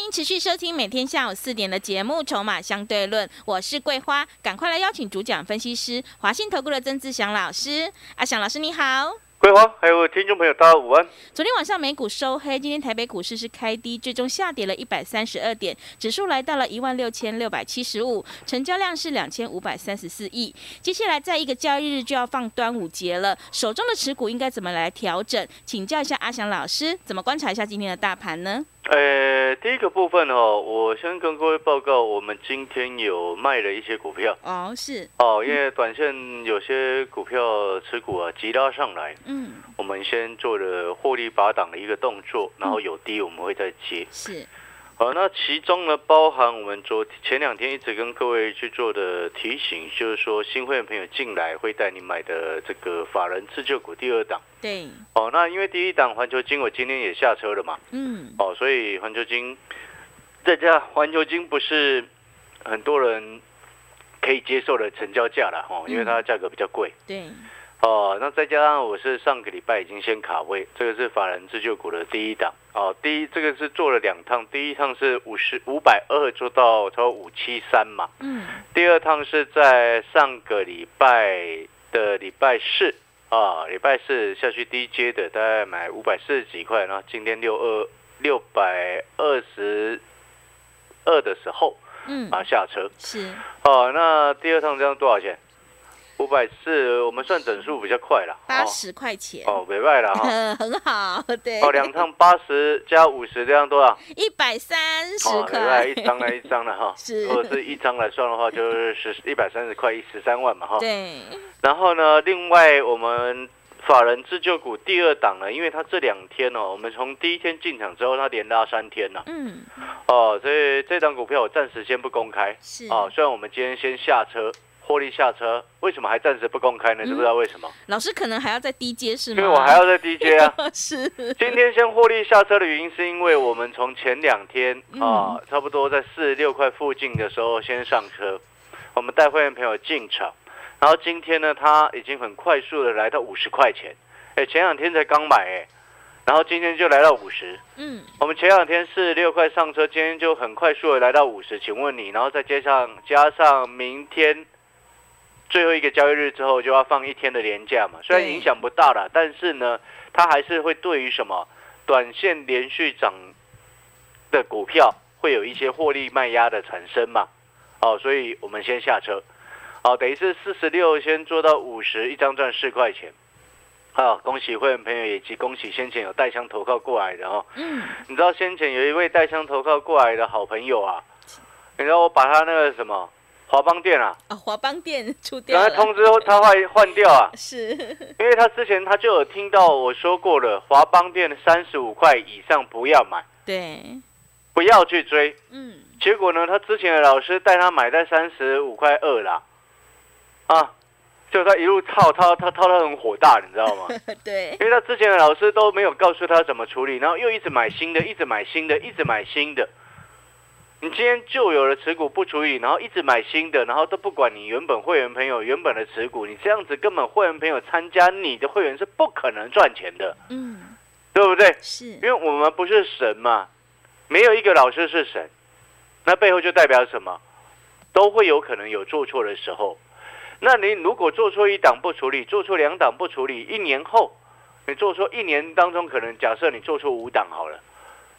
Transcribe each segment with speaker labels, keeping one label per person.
Speaker 1: 您持续收听每天下午四点的节目《筹码相对论》，我是桂花，赶快来邀请主讲分析师华信投顾的曾志祥老师。阿祥老师你好，
Speaker 2: 桂花，还有听众朋友，大家午安。
Speaker 1: 昨天晚上美股收黑，今天台北股市是开低，最终下跌了一百三十二点，指数来到了一万六千六百七十五，成交量是两千五百三十四亿。接下来在一个交易日就要放端午节了，手中的持股应该怎么来调整？请教一下阿祥老师，怎么观察一下今天的大盘呢？
Speaker 2: 呃，第一个部分哦，我先跟各位报告，我们今天有卖了一些股票
Speaker 1: 哦，是，
Speaker 2: 哦，因为短线有些股票持股啊急拉上来，
Speaker 1: 嗯，
Speaker 2: 我们先做了获利拔档的一个动作，然后有低我们会再接。
Speaker 1: 是，
Speaker 2: 好，那其中呢包含我们昨前两天一直跟各位去做的提醒，就是说新会员朋友进来会带你买的这个法人自救股第二档。
Speaker 1: 对，
Speaker 2: 哦，那因为第一档环球金我今天也下车了嘛。
Speaker 1: 嗯，
Speaker 2: 哦，所以环球金，再加上环球金不是很多人可以接受的成交价了哦，因为它的价格比较贵、
Speaker 1: 对，
Speaker 2: 哦。那再加上我是上个礼拜已经先卡位，这个是法人自救股的第一档哦，第一这个是做了两趟，第一趟是五十五百二做到超五七三嘛，
Speaker 1: 嗯，
Speaker 2: 第二趟是在上个礼拜的礼拜四啊，礼拜四下去低阶的，大概买五百四十几块，然后今天六二六百二十二的时候
Speaker 1: 嗯，
Speaker 2: 啊下车。
Speaker 1: 是，
Speaker 2: 哦、那第二趟这样多少钱？五百四，我们算整数比较快了。
Speaker 1: 八十块钱，
Speaker 2: 哦，哦，没卖了哈。
Speaker 1: 很好，对，
Speaker 2: 哦，两趟八十加五十，这样多少？
Speaker 1: 一百三十
Speaker 2: 哦，没卖
Speaker 1: 块
Speaker 2: 一，张来一张了 哈。
Speaker 1: 是
Speaker 2: 如果是一张来算的话，就是十一百三十块，一十三万嘛哈。
Speaker 1: 对，
Speaker 2: 然后呢，另外我们法人自救股第二档呢，因为它这两天哦，我们从第一天进场之后，它连拉三天了、
Speaker 1: 嗯，
Speaker 2: 哦，所以这档股票我暂时先不公开
Speaker 1: 是。
Speaker 2: 哦。虽然我们今天先下车。获利下车，为什么还暂时不公开呢？
Speaker 1: 嗯
Speaker 2: 知不知道为什么？
Speaker 1: 老师可能还要再低阶是吗？
Speaker 2: 因为我还要在低阶啊。
Speaker 1: 是，
Speaker 2: 今天先获利下车的原因，是因为我们从前两天
Speaker 1: 嗯
Speaker 2: 啊，差不多在四十六块附近的时候先上车，我们带会员朋友进场，然后今天呢，它已经很快速的来到五十块钱，哎，前两天才刚买哎，然后今天就来到五十。
Speaker 1: 嗯，
Speaker 2: 我们前两天四十六块上车，今天就很快速的来到五十，请问你，然后再加上加上明天最后一个交易日之后就要放一天的连假嘛，虽然
Speaker 1: 对
Speaker 2: 影响不大啦，但是呢，它还是会对于什么短线连续涨的股票会有一些获利卖压的产生嘛，哦，所以我们先下车，哦，等于是四十六先做到五十，一张赚四块钱。好、恭喜会员朋友，以及恭喜先前有带枪投靠过来的哦。
Speaker 1: 嗯，
Speaker 2: 你知道先前有一位带枪投靠过来的好朋友啊，你知道我把他那个什么华邦店啊，
Speaker 1: 啊，华邦店出掉
Speaker 2: 然后
Speaker 1: 了，
Speaker 2: 通知他换换掉啊，
Speaker 1: 是，
Speaker 2: 因为他之前他就有听到我说过了，华邦店三十五块以上不要买，
Speaker 1: 对，
Speaker 2: 不要去追。
Speaker 1: 嗯，
Speaker 2: 结果呢，他之前的老师带他买在三十五块二啦，啊，就他一路套套套套他很火大，你知道吗？
Speaker 1: 对，
Speaker 2: 因为他之前的老师都没有告诉他怎么处理，然后又一直买新的，一直买新的，一直买新的。你今天旧有的持股不处理，然后一直买新的，然后都不管你原本会员朋友原本的持股，你这样子根本会员朋友参加你的会员是不可能赚钱的，
Speaker 1: 嗯，
Speaker 2: 对不对？因
Speaker 1: 是，
Speaker 2: 为我们不是神嘛，没有一个老师是神，那背后就代表什么？都会有可能有做错的时候。那你如果做错一档不处理，做错两档不处理，一年后你做错一年当中，可能假设你做错五档好了，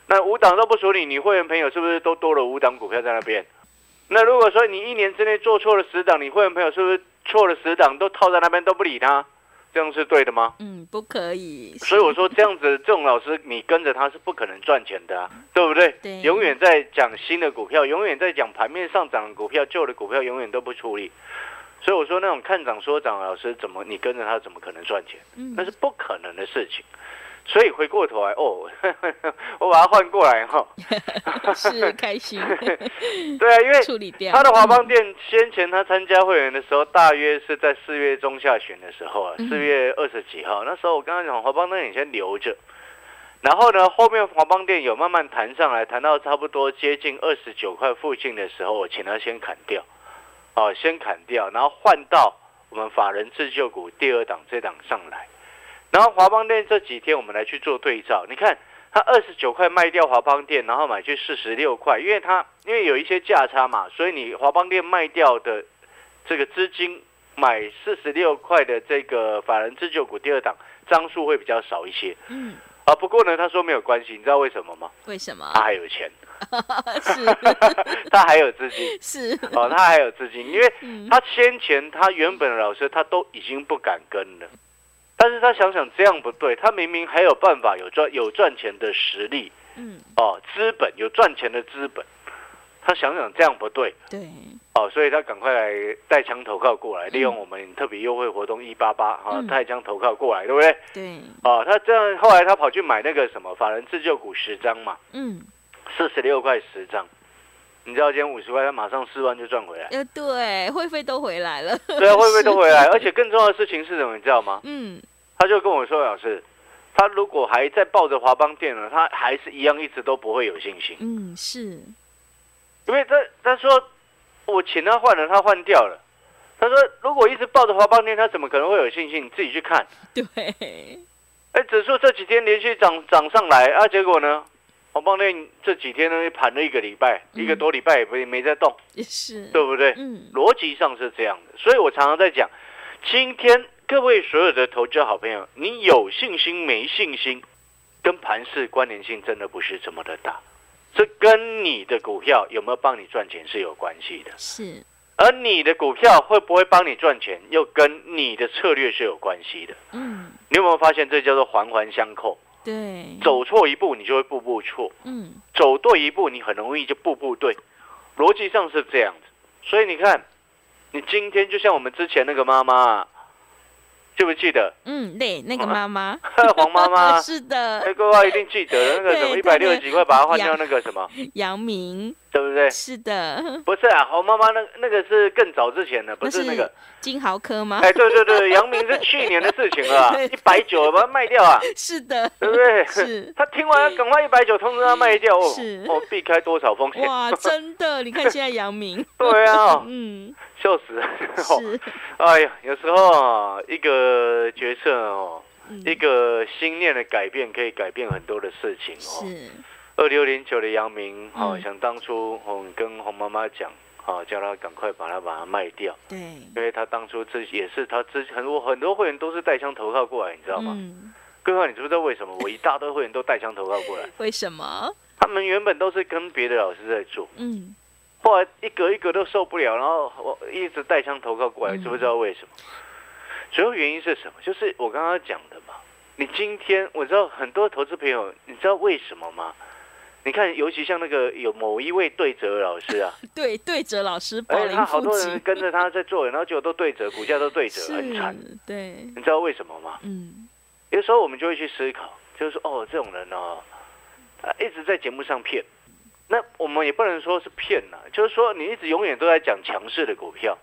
Speaker 2: 那五档都不处理，你会员朋友是不是都多了五档股票在那边？那如果说你一年之内做错了十档，你会员朋友是不是错了十档都套在那边都不理他？这样是对的吗？
Speaker 1: 嗯，不可以，
Speaker 2: 所以我说这样子，这种老师你跟着他是不可能赚钱的、啊，对不对？
Speaker 1: 对
Speaker 2: 永远在讲新的股票，永远在讲盘面上涨的股票，旧的股票永远都不处理。所以我说那种看涨说涨的老师，怎么你跟着他怎么可能赚钱？
Speaker 1: 嗯
Speaker 2: 那是不可能的事情。所以回过头来，哦， 我把它换过来哈、
Speaker 1: 是开心 嗯
Speaker 2: 对啊，因为
Speaker 1: 处理掉
Speaker 2: 他的华邦店先前他参加会员的时候，大约是在四月中下旬的时候啊，
Speaker 1: 嗯
Speaker 2: 四月二十几号。那时候我刚刚讲华邦店你先留着，然后呢，后面华邦店有慢慢弹上来，弹到差不多接近二十九块附近的时候，我请他先砍掉，哦，先砍掉，然后换到我们法人自救股第二档这档上来。然后华邦店这几天我们来去做对照，你看他二十九块卖掉华邦店，然后买去四十六块，因为他因为有一些价差嘛，所以你华邦店卖掉的这个资金买四十六块的这个法人自救股第二档张数会比较少一些
Speaker 1: 嗯，
Speaker 2: 啊。不过呢，他说没有关系，你知道为什么吗？
Speaker 1: 为什么
Speaker 2: 他？还有钱，
Speaker 1: 是
Speaker 2: 他还有资金
Speaker 1: 是，
Speaker 2: 哦，他还有资金，因为
Speaker 1: 嗯
Speaker 2: 他先前他原本的老师他都已经不敢跟了，但是他想想这样不对，他明明还有办法有赚有赚钱的实力。
Speaker 1: 嗯，
Speaker 2: 哦，资本有赚钱的资本，他想想这样不对
Speaker 1: 对，
Speaker 2: 哦，所以他赶快来带枪投靠过来，
Speaker 1: 嗯
Speaker 2: 利用我们特别优惠活动一八八哦哈
Speaker 1: 嗯，
Speaker 2: 带枪投靠过来，对不对？
Speaker 1: 对，
Speaker 2: 哦，他这样后来他跑去买那个什么法人自救股十张嘛，
Speaker 1: 嗯，
Speaker 2: 四十六块十张，你知道今天五十块，他马上四万就赚 回来，
Speaker 1: 呃，对，会费都回来了，
Speaker 2: 对啊，会不会都回来？
Speaker 1: 是
Speaker 2: 而且更重要的事情是什么，你知道吗？
Speaker 1: 嗯，
Speaker 2: 他就跟我说，老师。他如果还在抱着华邦店呢，他还是一样一直都不会有信心。
Speaker 1: 嗯，是，
Speaker 2: 因为他他说我请他换了，他换掉了。他说如果一直抱着华邦店，他怎么可能会有信心？你自己去看。
Speaker 1: 对，
Speaker 2: 哎，指数这几天连续涨涨上来啊，结果呢，华邦店这几天呢盘了一个礼拜，
Speaker 1: 嗯
Speaker 2: 一个多礼拜也没没在动，
Speaker 1: 也是，
Speaker 2: 对不对？
Speaker 1: 嗯，
Speaker 2: 逻辑上是这样的，所以我常常在讲，今天各位所有的投资好朋友，你有信心没信心，跟盘市关联性真的不是这么的大，这跟你的股票有没有帮你赚钱是有关系的。
Speaker 1: 是，
Speaker 2: 而你的股票会不会帮你赚钱，又跟你的策略是有关系的。
Speaker 1: 嗯，
Speaker 2: 你有没有发现，这叫做环环相扣？
Speaker 1: 对，，
Speaker 2: 走错一步，你就会步步错；
Speaker 1: 嗯，
Speaker 2: 走对一步，你很容易就步步对。逻辑上是这样子，所以你看，你今天就像我们之前那个妈妈，记不记得
Speaker 1: 嗯，对，那个妈妈，
Speaker 2: 黄妈妈？
Speaker 1: 是的，
Speaker 2: 哎，各位一定记得的那个什么
Speaker 1: 对
Speaker 2: 一
Speaker 1: 对
Speaker 2: 百
Speaker 1: 对
Speaker 2: 六十几块，把它换
Speaker 1: 呀
Speaker 2: 掉那个什么，
Speaker 1: 杨明，
Speaker 2: 对不对？
Speaker 1: 是的，
Speaker 2: 不是啊，黄妈妈那个那个是更早之前的，不是那个。
Speaker 1: 金豪科 吗？
Speaker 2: 哎，对对对，杨明是去年的事情了啊
Speaker 1: 对，
Speaker 2: 一百九把它卖掉 啊，
Speaker 1: 是的，
Speaker 2: 对不对？
Speaker 1: 是
Speaker 2: 他听完赶快一百九通知他卖掉哦
Speaker 1: 是，
Speaker 2: 哦，避开多少风险？
Speaker 1: 哇，真的，你看现在杨明，
Speaker 2: 对啊， 哦
Speaker 1: 嗯，
Speaker 2: 笑死了！ 哦
Speaker 1: 是，
Speaker 2: 哎呀，有时候啊，一个决策哦，
Speaker 1: 嗯
Speaker 2: 一个心念的改变可以改变很多的事情哦。
Speaker 1: 是，
Speaker 2: 二六零九的杨明，哦，
Speaker 1: 嗯
Speaker 2: 想当初哦跟洪妈妈讲，哦，叫她赶快把它把它卖掉，
Speaker 1: 对，
Speaker 2: 因为她当初自己也是她之前很多很多会员都是带枪投靠过来，你知道吗？
Speaker 1: 嗯，
Speaker 2: 各位，你知不知道为什么我一大堆会员都带枪投靠过来？
Speaker 1: 为什么？
Speaker 2: 他们原本都是跟别的老师在做，
Speaker 1: 嗯，
Speaker 2: 后来一个一个都受不了，然后我一直带枪投靠过来，
Speaker 1: 嗯
Speaker 2: 知不知道为什么？主要原因是什么？就是我刚刚讲的嘛。你今天我知道很多投资朋友，你知道为什么吗？你看，尤其像那个有某一位对折老 师啊，
Speaker 1: 对，对折老师保
Speaker 2: 哎，
Speaker 1: 龄
Speaker 2: 他好
Speaker 1: 附
Speaker 2: 多人
Speaker 1: 近，
Speaker 2: 跟着他在做，然后结果都对折，股价都对折，很惨。
Speaker 1: 是，对，
Speaker 2: 你知道为什么吗？
Speaker 1: 嗯，
Speaker 2: 有时候我们就会去思考，就是说，哦，这种人哦，他一直在节目上骗。那我们也不能说是骗呐、就是说你一直永远都在讲强势的股票，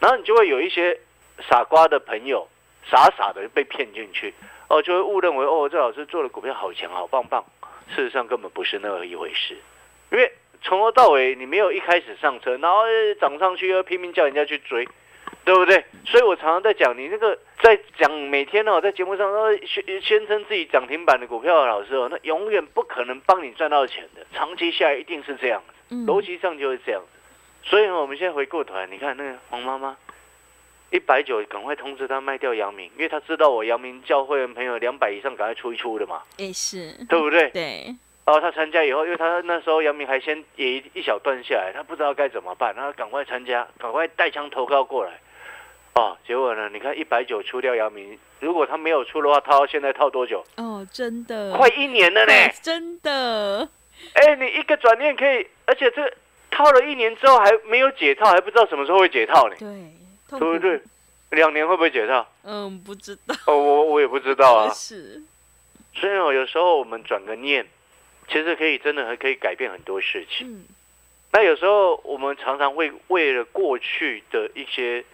Speaker 2: 然后你就会有一些傻瓜的朋友，傻傻的被骗进去，哦，就会误认为哦，这老师做的股票好强好棒棒，事实上根本不是那一回事，因为从头到尾你没有一开始上车，然后呃涨上去又拼命叫人家去追，对不对？所以我常常在讲，你那个在讲每天哦，在节目上哦宣宣称自己涨停板的股票的老师哦，那永远不可能帮你赚到钱的，长期下来一定是这样的，
Speaker 1: 嗯，
Speaker 2: 逻辑上就是这样的。所以、哦、我们现在回过头来，你看那个黄妈妈。一百九，赶快通知他卖掉阳明，因为他知道我阳明教会员朋友两百以上，赶快出一出的嘛，
Speaker 1: 也是，
Speaker 2: 对不对？
Speaker 1: 对，
Speaker 2: 然后他参加以后，因为他那时候杨明还先也一一小段下来，他不知道该怎么办，然后赶快参加，赶快带枪投靠过来。哦，结果呢？你看一百九出掉杨明，如果他没有出的话，他到现在套多久？
Speaker 1: 哦，真的，
Speaker 2: 快一年了呢！
Speaker 1: 对真的，
Speaker 2: 哎，你一个转念可以，而且这套了一年之后还没有解套，还不知道什么时候会解套呢，
Speaker 1: 对，痛
Speaker 2: 对
Speaker 1: 苦
Speaker 2: 不对？？两年会不会解套？
Speaker 1: 嗯，不知道，
Speaker 2: 哦，我我也不知道啊。
Speaker 1: 是，
Speaker 2: 所以哦，有时候我们转个念，其实可以真的还可以改变很多事情。
Speaker 1: 嗯，
Speaker 2: 那有时候我们常常为为了过去的一些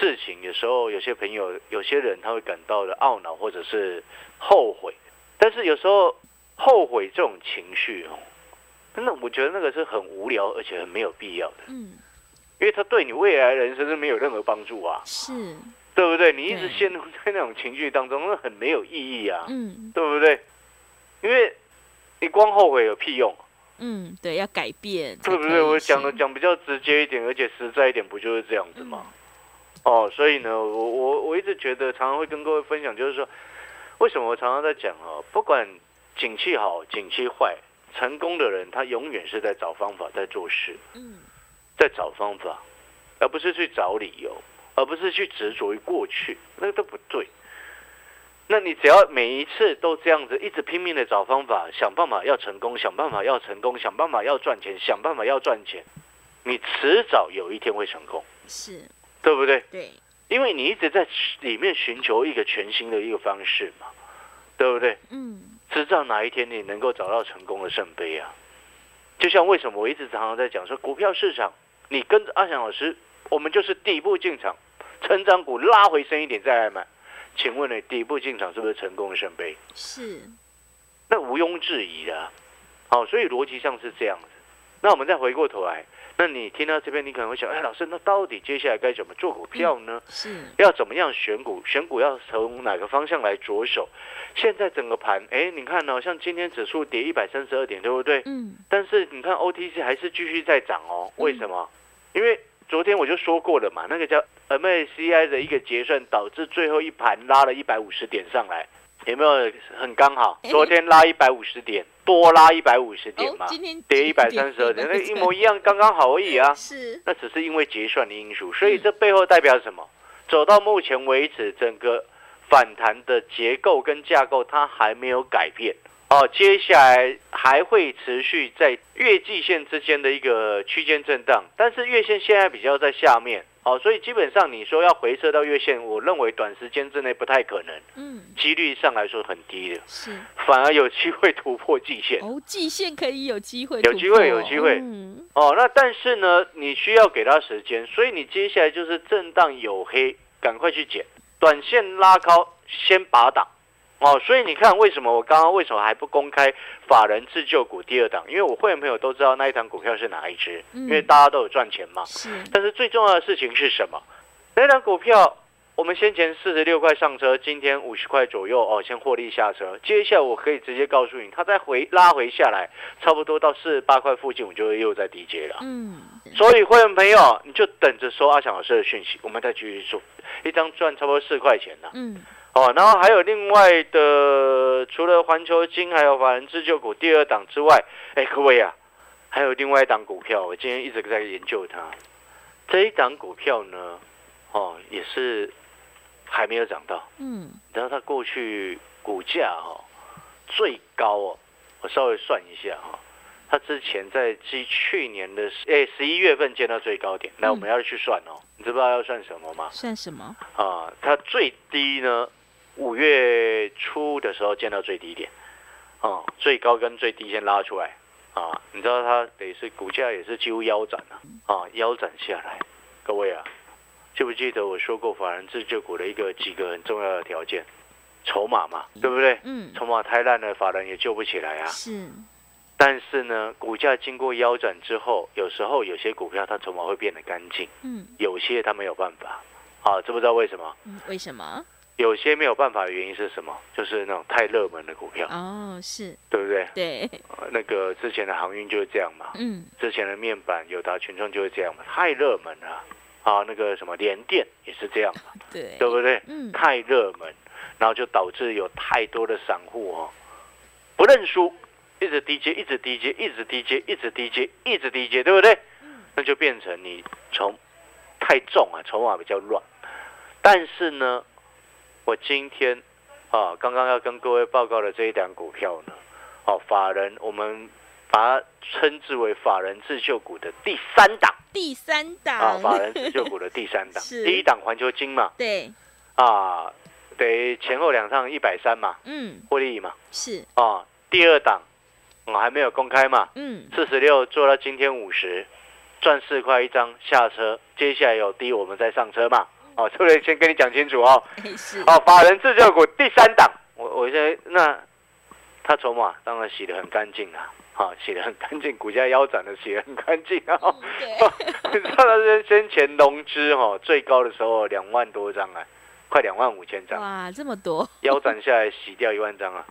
Speaker 2: 事情，有时候有些朋友、有些人他会感到的懊恼或者是后悔，但是有时候后悔这种情绪哦，那我觉得那个是很无聊而且很没有必要的，
Speaker 1: 嗯，
Speaker 2: 因为他对你未来人生是没有任何帮助啊，
Speaker 1: 是，
Speaker 2: 对不对？你一
Speaker 1: 对
Speaker 2: 直陷入在那种情绪当中，那很没有意义啊。
Speaker 1: 嗯，
Speaker 2: 对不对？因为你光后悔有屁用？
Speaker 1: 嗯，对，要改变才可以
Speaker 2: 对不
Speaker 1: 是，
Speaker 2: 对？我讲的讲比较直接一点，而且实在一点，不就是这样子吗？
Speaker 1: 嗯
Speaker 2: 哦，所以呢，我我我一直觉得，常常会跟各位分享，就是说，为什么我常常在讲哦，不管景气好、景气坏，成功的人他永远是在找方法，在做事，
Speaker 1: 嗯，
Speaker 2: 在找方法，而不是去找理由，而不是去执着于过去，那个都不对。那你只要每一次都这样子，一直拼命的找方法，想办法要成功，想办法要成功，想办法要赚钱，想办法要赚钱，你迟早有一天会成功，
Speaker 1: 嗯是
Speaker 2: 对不对？
Speaker 1: 对，
Speaker 2: 因为你一直在里面寻求一个全新的一个方式嘛，对不对？
Speaker 1: 嗯
Speaker 2: 直到哪一天你能够找到成功的圣杯啊！就像为什么我一直常常在讲说，股票市场，你跟着阿翔老师，我们就是底部进场，成长股拉回深一点再来买。请问你底部进场是不是成功的圣杯？
Speaker 1: 是，
Speaker 2: 那毋庸置疑的、啊。好、所以逻辑上是这样子。那我们再回过头来，那你听到这边，你可能会想，哎，老师，那到底接下来该怎么做股票呢？
Speaker 1: 是，
Speaker 2: 要怎么样选股？选股要从哪个方向来着手？现在整个盘，哎，你看哦，像今天指数跌一百三十二点，对不对？
Speaker 1: 嗯
Speaker 2: 但是你看 OTC 还是继续在涨哦，为什么？因为昨天我就说过了嘛，那个叫 MACI 的一个结算，导致最后一盘拉了一百五十点上来，有没有很刚好？
Speaker 1: 哎
Speaker 2: 昨天拉一百五十点，多拉一百五十点
Speaker 1: 哦
Speaker 2: 嘛，
Speaker 1: 今天
Speaker 2: 跌一百三十二点，那 一模一样，刚刚好而已啊。
Speaker 1: 是，
Speaker 2: 那只是因为结算的因素，所以这背后代表什么？走到目前为止，整个反弹的结构跟架构它还没有改变哦，接下来还会持续在月季线之间的一个区间震荡，但是月线现在比较在下面哦，所以基本上你说要回撤到月线，我认为短时间之内不太可能，
Speaker 1: 嗯
Speaker 2: 几率上来说很低的，
Speaker 1: 是，
Speaker 2: 反而有机会突破季线。
Speaker 1: 哦，季线可以有机会突
Speaker 2: 有
Speaker 1: 破，
Speaker 2: 机会有机会
Speaker 1: 嗯
Speaker 2: 哦，那但是呢，你需要给它时间，所以你接下来就是震荡有黑，赶快去捡，短线拉高先拔档。哦，所以你看，为什么我刚刚为什么还不公开法人自救股第二档？因为我会员朋友都知道那一档股票是哪一只，
Speaker 1: 嗯
Speaker 2: 因为大家都有赚钱嘛。
Speaker 1: 是，
Speaker 2: 但是最重要的事情是什么？那档股票我们先前四十六块上车，今天五十块左右哦，先获利下车。接下来我可以直接告诉你，它再回拉回下来，差不多到四十八块附近，我就会又在低接了。
Speaker 1: 嗯
Speaker 2: 所以，会员朋友，你就等着收阿翔老师的讯息，我们再继续做，一张赚差不多四块钱呢、
Speaker 1: 嗯
Speaker 2: 哦，然后还有另外的，除了环球金还有法人自救股第二档之外，哎，各位啊，还有另外一档股票，我今天一直在研究它。这一档股票呢，哦，也是还没有涨到，
Speaker 1: 嗯
Speaker 2: 你知道它过去股价哦最高哦，我稍微算一下哈、哦，它之前在去去年的诶十一月份见到最高点，来
Speaker 1: 嗯
Speaker 2: 我们要去算哦，你知不知道要算什么吗？
Speaker 1: 算什么？
Speaker 2: 啊，它最低呢，五月初的时候见到最低点，啊，最高跟最低先拉出来，啊，你知道它得是股价也是几乎腰斩了、啊，腰斩下来，各位啊，记不记得我说过法人自救股的一个几个很重要的条件，筹码嘛，对不对？
Speaker 1: 嗯
Speaker 2: 筹码太烂了，法人也救不起来啊。
Speaker 1: 是，
Speaker 2: 但是呢，股价经过腰斩之后，有时候有些股票它筹码会变得干净，
Speaker 1: 嗯
Speaker 2: 有些它没有办法，啊，知不知道为什么？
Speaker 1: 嗯，为什么？
Speaker 2: 有些没有办法的原因是什么？就是那种太热门的股票，
Speaker 1: 哦，是
Speaker 2: 对不对？
Speaker 1: 对，
Speaker 2: 呃那个之前的航运就是这样嘛，
Speaker 1: 嗯
Speaker 2: 之前的面板、友达、群众就是这样嘛，太热门了啊！那个什么联电也是这样嘛，
Speaker 1: 对，
Speaker 2: 对不对？
Speaker 1: 嗯
Speaker 2: 太热门，然后就导致有太多的散户哦不认输，一直低接，一直低接，一直低接，一直低接，一直低接，对不对？
Speaker 1: 嗯
Speaker 2: 那就变成你筹太重啊，筹码比较乱。但是呢，我今天啊，刚刚要跟各位报告的这一档股票呢，哦、法人我们把它称之为法人自救股的第三档
Speaker 1: 第三
Speaker 2: 啊，
Speaker 1: 档，
Speaker 2: 法人自救股的第三 档，
Speaker 1: 是
Speaker 2: 第一档环球金嘛，
Speaker 1: 对，
Speaker 2: 啊，得前后两趟一百三嘛，
Speaker 1: 嗯
Speaker 2: 获利嘛，
Speaker 1: 是，
Speaker 2: 啊，第二档我、还没有公开嘛，
Speaker 1: 嗯
Speaker 2: 四十六做到今天五十，赚四块一张下车，接下来有低我们再上车嘛，哦、这个先跟你讲清楚哦，
Speaker 1: 哎是，
Speaker 2: 哦、法人自救股第三档，我我现在那他筹码当然洗得很干净啊，啊，洗得很干净，股价腰斩的洗得很干净啊。
Speaker 1: 嗯对，
Speaker 2: 你知道他先先前融资哦，最高的时候两万多张啊，快两万五千张，
Speaker 1: 哇，这么多，
Speaker 2: 腰斩下来洗掉一万张啊，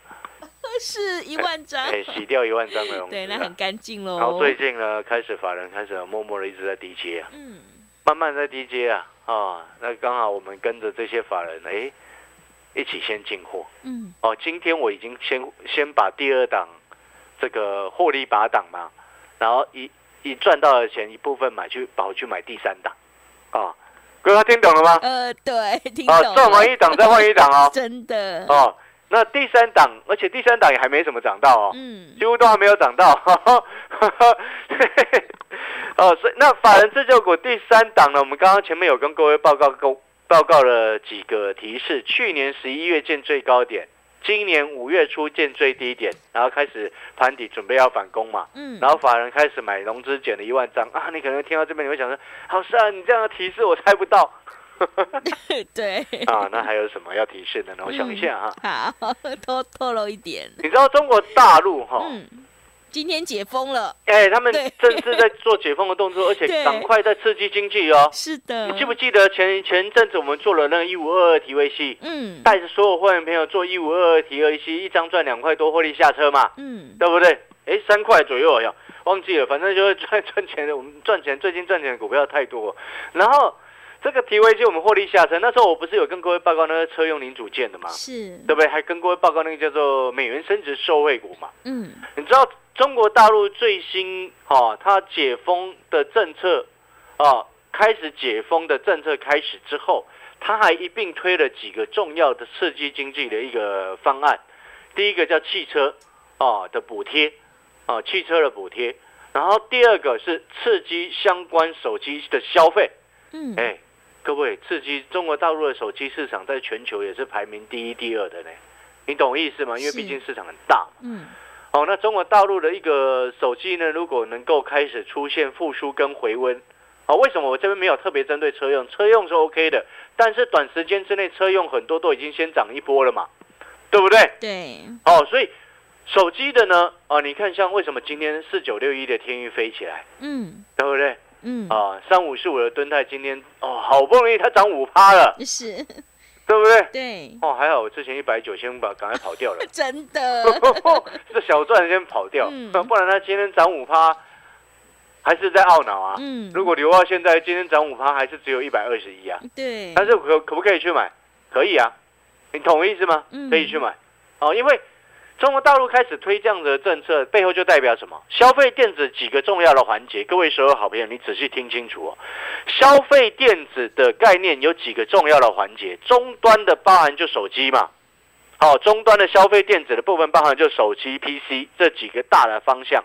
Speaker 1: 是一万张，
Speaker 2: 哎，洗掉一万张的融资、啊，
Speaker 1: 对，那很干净喽。
Speaker 2: 然后最近呢，开始法人开始默默的一直在低接啊，
Speaker 1: 嗯，
Speaker 2: 慢慢在低接啊，啊、那刚好我们跟着这些法人，哎，一起先进货
Speaker 1: 嗯
Speaker 2: 哦。今天我已经先先把第二档这个获利把档嘛，然后一一赚到的钱一部分买去跑去买第三档啊，各位听懂了吗？
Speaker 1: 呃，对，听懂
Speaker 2: 啊，
Speaker 1: 了，，
Speaker 2: 赚完一档再换一档 哦
Speaker 1: 真的，
Speaker 2: 哦，那第三档，而且第三档也还没怎么涨到哦。
Speaker 1: 嗯
Speaker 2: 几乎都还没有涨到。 哦，所以那法人自救股第三档呢，我们刚刚前面有跟各位报告公报告了几个提示，去年十一月见最高点，今年五月初见最低点，然后开始盘底准备要反攻嘛。
Speaker 1: 嗯，
Speaker 2: 然后法人开始买融资减了一万张啊，你可能听到这边你会想说，好是啊，你这样的提示我猜不到
Speaker 1: 对，
Speaker 2: 啊，那还有什么要提示的呢？我想一下啊，
Speaker 1: 好， 透透露一点，
Speaker 2: 你知道中国大陆哈、
Speaker 1: 嗯，今天解封了，
Speaker 2: 哎、他们
Speaker 1: 对
Speaker 2: 正是在做解封的动 作，而
Speaker 1: 对嗯
Speaker 2: 且赶快在刺激经济哦。
Speaker 1: 是的，
Speaker 2: 你记不记得前前阵子我们做了那个一五二二提位系，
Speaker 1: 嗯
Speaker 2: 带着所有会员朋友做一五二二提位系，一张赚两块多获利下车嘛，
Speaker 1: 嗯，
Speaker 2: 对不对？哎，三块左右哎呀，忘记了，反正就是赚赚钱的。我们赚钱最近赚钱的股票太多了，然后这个提位系我们获利下车。那时候我不是有跟各位报告那个车用零组件的嘛，
Speaker 1: 是，
Speaker 2: 啊对不对？还跟各位报告那个叫做美元升值受惠股嘛。
Speaker 1: 嗯
Speaker 2: 你知道中国大陆最新哦，它解封的政策哦，开始解封的政策开始之后，它还一并推了几个重要的刺激经济的一个方案。第一个叫汽车哦的补贴哦，汽车的补贴。然后第二个是刺激相关手机的消费，
Speaker 1: 嗯，
Speaker 2: 哎，各位，刺激中国大陆的手机市场在全球也是排名第一、第二的呢，你懂我意思吗？因为
Speaker 1: 是
Speaker 2: 毕竟市场很大嘛。
Speaker 1: 嗯
Speaker 2: 哦，那中国大陆的一个手机呢，如果能够开始出现复苏跟回温，哦，为什么我这边没有特别针对车用？车用是 OK 的，但是短时间之内车用很多都已经先涨一波了嘛，对不对？
Speaker 1: 对，
Speaker 2: 哦，所以手机的呢，哦，你看像为什么今天四九六一的天域飞起来，
Speaker 1: 嗯
Speaker 2: 对不对？
Speaker 1: 嗯，
Speaker 2: 啊、三五四五的敦泰今天哦，好不容易它涨五趴了，
Speaker 1: 是，
Speaker 2: 对不对？
Speaker 1: 对，
Speaker 2: 哦，还好我之前一百九先把赶快跑掉了。
Speaker 1: 真的，
Speaker 2: 这小赚先跑掉，
Speaker 1: 嗯
Speaker 2: 不然他今天涨五趴，还是在懊恼啊。
Speaker 1: 嗯，
Speaker 2: 如果留到现在，今天涨五趴还是只有一百二十一啊。
Speaker 1: 对，
Speaker 2: 但是可可不可以去买？可以啊，你懂我意思吗
Speaker 1: 嗯？
Speaker 2: 可以去买哦，因为中国大陆开始推这样的政策，背后就代表什么？消费电子几个重要的环节，各位所有好朋友，你仔细听清楚哦。消费电子的概念有几个重要的环节，终端的包含就手机嘛。哦，终端的消费电子的部分包含就手机、PC 这几个大的方向。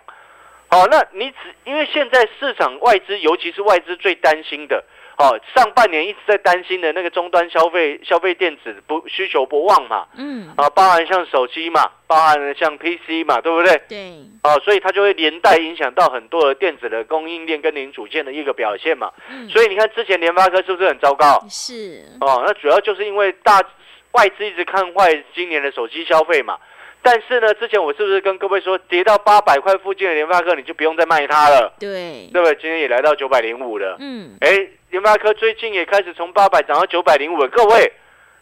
Speaker 2: 哦，那你只因为现在市场外资，尤其是外资最担心的，哦，上半年一直在担心的那个终端消费消费电子不需求不旺嘛，
Speaker 1: 嗯，
Speaker 2: 啊，包含像手机嘛，包含像 PC 嘛，对不对？
Speaker 1: 对，
Speaker 2: 啊，所以它就会连带影响到很多的电子的供应链跟零组件的一个表现嘛。
Speaker 1: 嗯，
Speaker 2: 所以你看之前联发科是不是很糟糕？
Speaker 1: 是，
Speaker 2: 哦，那主要就是因为大外资一直看坏今年的手机消费嘛。但是呢，之前我是不是跟各位说，跌到八百块附近的联发科，你就不用再卖它了，
Speaker 1: 对，
Speaker 2: 对不对？今天也来到九百零五了。
Speaker 1: 嗯，
Speaker 2: 哎，联发科最近也开始从八百涨到九百零五，各位，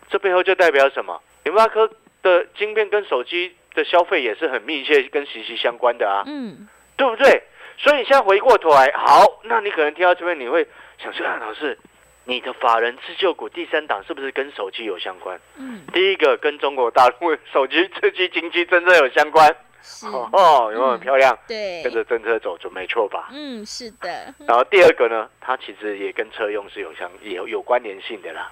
Speaker 2: 这背后就代表什么？联发科的晶片跟手机的消费也是很密切跟息息相关的啊，
Speaker 1: 嗯，
Speaker 2: 对不对？所以你现在回过头来，好，那你可能听到这边你会想说，啊，老师，你的法人自救股第三档是不是跟手机有相关？
Speaker 1: 嗯，
Speaker 2: 第一个跟中国大陆手机刺激经济政策有相关，
Speaker 1: 是，
Speaker 2: 哦，有没有很漂亮？
Speaker 1: 嗯对，
Speaker 2: 跟着政策走准没错吧？
Speaker 1: 嗯，是的，
Speaker 2: 然后第二个呢，它其实也跟车用是有相也有有关联性的啦。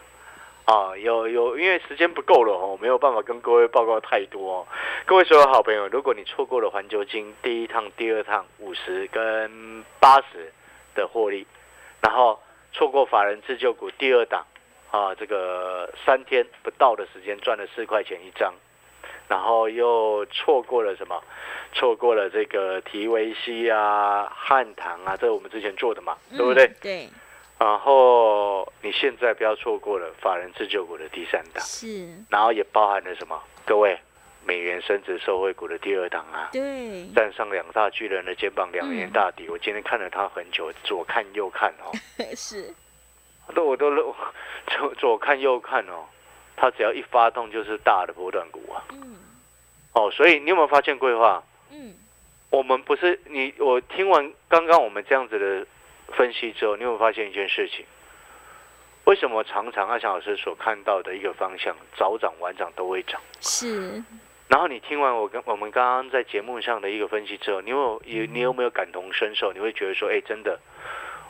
Speaker 2: 啊，有有，因为时间不够了哦，没有办法跟各位报告太多、哦。各位所有好朋友，如果你错过了环球金第一趟、第二趟五十跟八十的获利，然后错过法人自救股第二档啊，这个三天不到的时间赚了四块钱一张，然后又错过了什么？错过了这个提维西啊、汉唐啊，这我们之前做的嘛，对不对？啊
Speaker 1: 嗯？对，
Speaker 2: 然后你现在不要错过了法人自救股的第三档，
Speaker 1: 是，
Speaker 2: 然后也包含了什么？各位，美元升值受惠股的第二档啊，
Speaker 1: 对，
Speaker 2: 站上两大巨人的肩膀，两年大底。我今天看了他很久，左看右看哦，
Speaker 1: 是，
Speaker 2: 都我都我 左左看右看哦，他只要一发动就是大的波段股啊。
Speaker 1: 嗯，
Speaker 2: 哦，所以你有没有发现规划？
Speaker 1: 嗯，
Speaker 2: 我们不是你，我听完刚刚我们这样子的分析之后，你有没有发现一件事情？为什么常常阿翔老师所看到的一个方向，早涨晚涨都会涨？
Speaker 1: 是，
Speaker 2: 然后你听完我跟我们刚刚在节目上的一个分析之后，你有有你有没有感同身受？你会觉得说，哎，真的，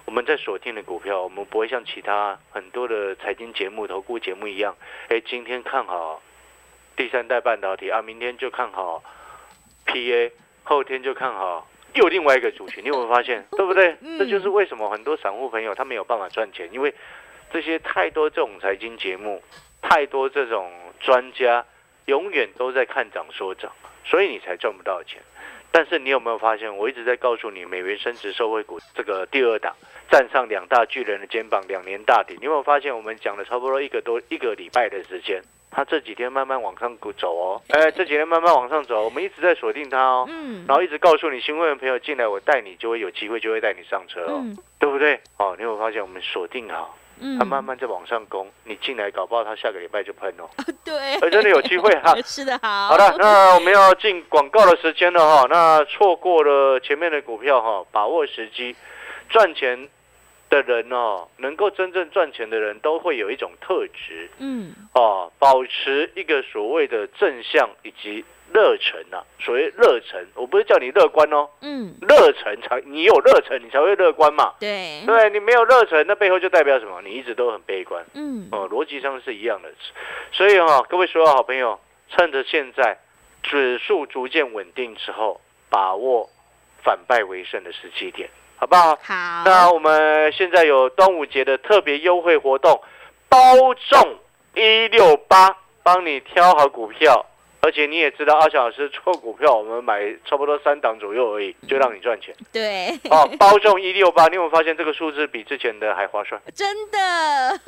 Speaker 2: 我们在锁定的股票，我们不会像其他很多的财经节目、投顾节目一样，哎，今天看好第三代半导体啊，明天就看好 PA，后天就看好又另外一个族群。你有没有发现，对不对？
Speaker 1: 嗯
Speaker 2: 这就是为什么很多散户朋友他没有办法赚钱，因为这些太多这种财经节目，太多这种专家。永远都在看涨说涨，所以你才赚不到钱。但是你有没有发现，我一直在告诉你，美元升值受惠股这个第二档站上两大巨人的肩膀，两年大底。你有没有发现，我们讲了差不多一个多一个礼拜的时间，它这几天慢慢往上走哦，哎，这几天慢慢往上走，我们一直在锁定它哦，
Speaker 1: 嗯
Speaker 2: 然后一直告诉你，新会员朋友进来，我带你就会有机会，就会带你上车哦，
Speaker 1: 嗯
Speaker 2: 对不对？哦，你有没有发现我们锁定好，
Speaker 1: 嗯，
Speaker 2: 它慢慢在往上攻，你进来搞不好它下个礼拜就喷哦，
Speaker 1: 对，
Speaker 2: 哎， 真的有机会啊！
Speaker 1: 是的，好，
Speaker 2: 好的，那我们要进广告的时间了哈。那错过了前面的股票哈，把握时机，赚钱的人哦，能够真正赚钱的人都会有一种特质
Speaker 1: 嗯
Speaker 2: 哦，保持一个所谓的正向以及热忱呐、所谓热忱，我不是叫你乐观哦，
Speaker 1: 嗯，
Speaker 2: 热忱才你有热忱，你才会乐观嘛。
Speaker 1: 对，
Speaker 2: 对你没有热忱，那背后就代表什么？你一直都很悲观。
Speaker 1: 嗯
Speaker 2: 哦，逻辑上是一样的。所以哈、各位所有好朋友，趁着现在指数逐渐稳定之后，把握反败为胜的时机点，好不好？
Speaker 1: 好，
Speaker 2: 那我们现在有端午节的特别优惠活动，包中一六八，帮你挑好股票。而且你也知道，阿小老师做股票，我们买差不多三档左右而已，就让你赚 钱
Speaker 1: 对，
Speaker 2: 哦。包中一六八，你有没有发现这个数字比之前的还划算？
Speaker 1: 真的，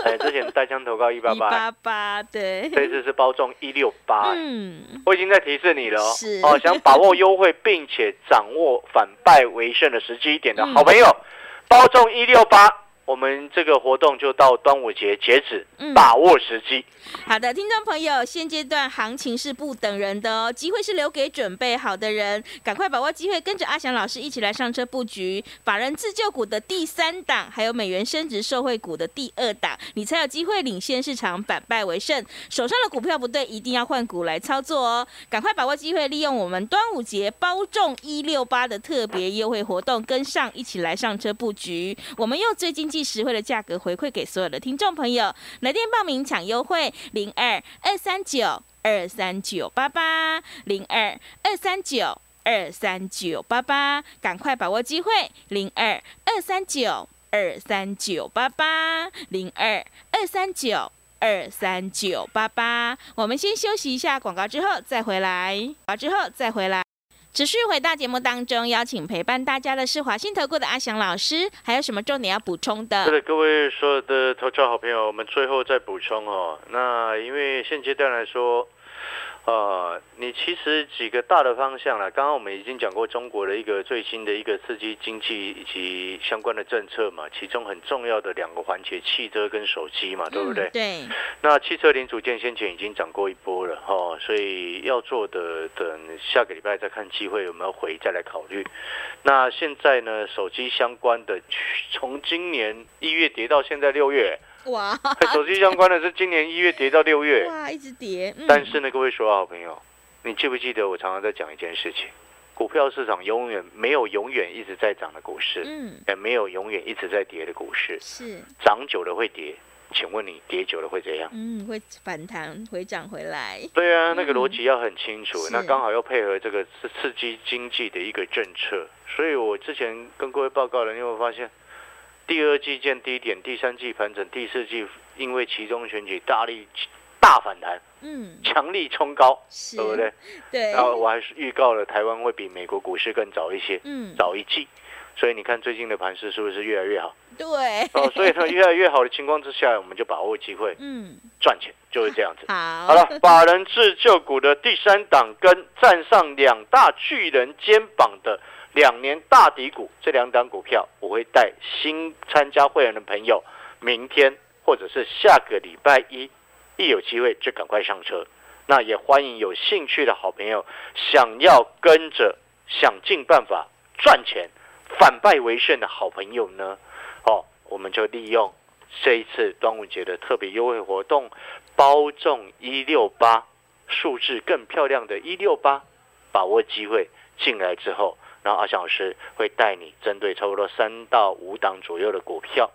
Speaker 2: 哎，之前单枪投靠一八
Speaker 1: 一
Speaker 2: 八，
Speaker 1: 八八，对，
Speaker 2: 这次是包中一六八，
Speaker 1: 嗯，
Speaker 2: 我已经在提示你了哦
Speaker 1: 是。
Speaker 2: 哦，想把握优惠并且掌握反败为胜的时机点的
Speaker 1: 嗯
Speaker 2: 好朋友，包中一六八，我们这个活动就到端午节截止，
Speaker 1: 嗯
Speaker 2: 把握时机。
Speaker 1: 好的，听众朋友，现阶段行情是不等人的哦，机会是留给准备好的人，赶快把握机会，跟着阿翔老师一起来上车布局法人自救股的第三档，还有美元升值受惠股的第二档，你才有机会领先市场，反败为胜。手上的股票不对，一定要换股来操作哦，赶快把握机会，利用我们端午节包中一六八的特别优惠活动，跟上一起来上车布局，我们用最经济实惠的价格回馈给所有的听众朋友。来电报名抢优惠，零二二三九二三九八八，零二二三九二三九八八，赶快把握机会，零二二三九二三九八八，零二二三九。二三九八八，我们先休息一下广告，之后再回来。广告之后再回来。持续回到节目当中，邀请陪伴大家的是华信投顾的阿翔老师。还有什么重点要补充的？
Speaker 2: 是的，各位所有的投资好朋友，我们最后再补充哦。那因为现阶段来说，呃，你其实几个大的方向了。刚刚我们已经讲过中国的一个最新的一个刺激经济以及相关的政策嘛，其中很重要的两个环节，汽车跟手机嘛，对不对？
Speaker 1: 嗯、对，
Speaker 2: 那汽车零组件先前已经涨过一波了哈、哦，所以要做的等下个礼拜再看机会有没有回再来考虑。那现在呢，手机相关的从今年一月跌到现在六 月，哎
Speaker 1: 哇，
Speaker 2: 手机相关的是今年一月跌到六月。
Speaker 1: 哇，一直跌，嗯、
Speaker 2: 但是呢，各位所有好朋友，你记不记得我常常在讲一件事情？股票市场永远没有永远一直在涨的股市，
Speaker 1: 嗯
Speaker 2: 也没有永远一直在跌的股市。
Speaker 1: 是，
Speaker 2: 涨久了会跌，请问你跌久了会怎样？
Speaker 1: 嗯会反弹回涨回来，
Speaker 2: 对啊，那个
Speaker 1: 嗯
Speaker 2: 逻辑要很清楚，
Speaker 1: 是
Speaker 2: 那刚好要配合这个刺刺激经济的一个政策，所以我之前跟各位报告了，你有没有发现，第二季见低点，第三季盘整，第四季因为其中选举大力大反弹，
Speaker 1: 嗯
Speaker 2: 强力冲高，
Speaker 1: 是，
Speaker 2: 对不对？
Speaker 1: 对
Speaker 2: 然后我还是预告了台湾会比美国股市更早一些，
Speaker 1: 嗯
Speaker 2: 早一季，所以你看最近的盘势是不是越来越好？
Speaker 1: 对，
Speaker 2: 哦，所以呢，越来越好的情况之下，我们就把握机会
Speaker 1: 嗯
Speaker 2: 赚钱，就是这样子。
Speaker 1: 好，
Speaker 2: 好了，法人自救股的第三档跟站上两大巨人肩膀的两年大底股，这两档股票，我会带新参加会员的朋友，明天或者是下个礼拜一，一有机会就赶快上车，那也欢迎有兴趣的好朋友想要跟着想尽办法赚钱、反败为胜的好朋友呢，哦，我们就利用这一次端午节的特别优惠活动，包中一六八，数字更漂亮的一六八，把握机会进来之后，然后阿翔老师会带你针对差不多三到五档左右的股票，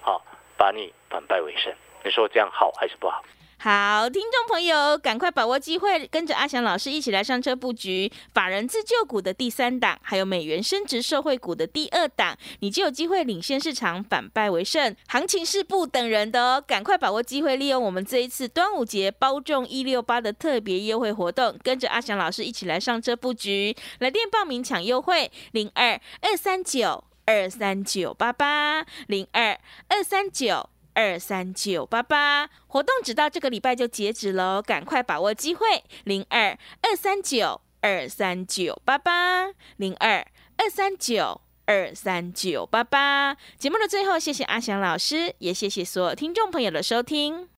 Speaker 2: 好、把你反败为胜。你说这样好还是不好？
Speaker 1: 好，听众朋友，赶快把握机会，跟着阿翔老师一起来上车布局法人自救股的第三档，还有美元升值受惠股的第二档，你就有机会领先市场，反败为胜。行情是不等人的哦，赶快把握机会，利用我们这一次端午节包中一六八的特别优惠活动，跟着阿翔老师一起来上车布局，来电报名抢优惠零二二三九二三九八八零二二三九。二三九八八，活动直到这个礼拜就截止喽，赶快把握机会！零二二三九二三九八八，零二二三九二三九八八。节目的最后，谢谢阿翔老师，也谢谢所有听众朋友的收听。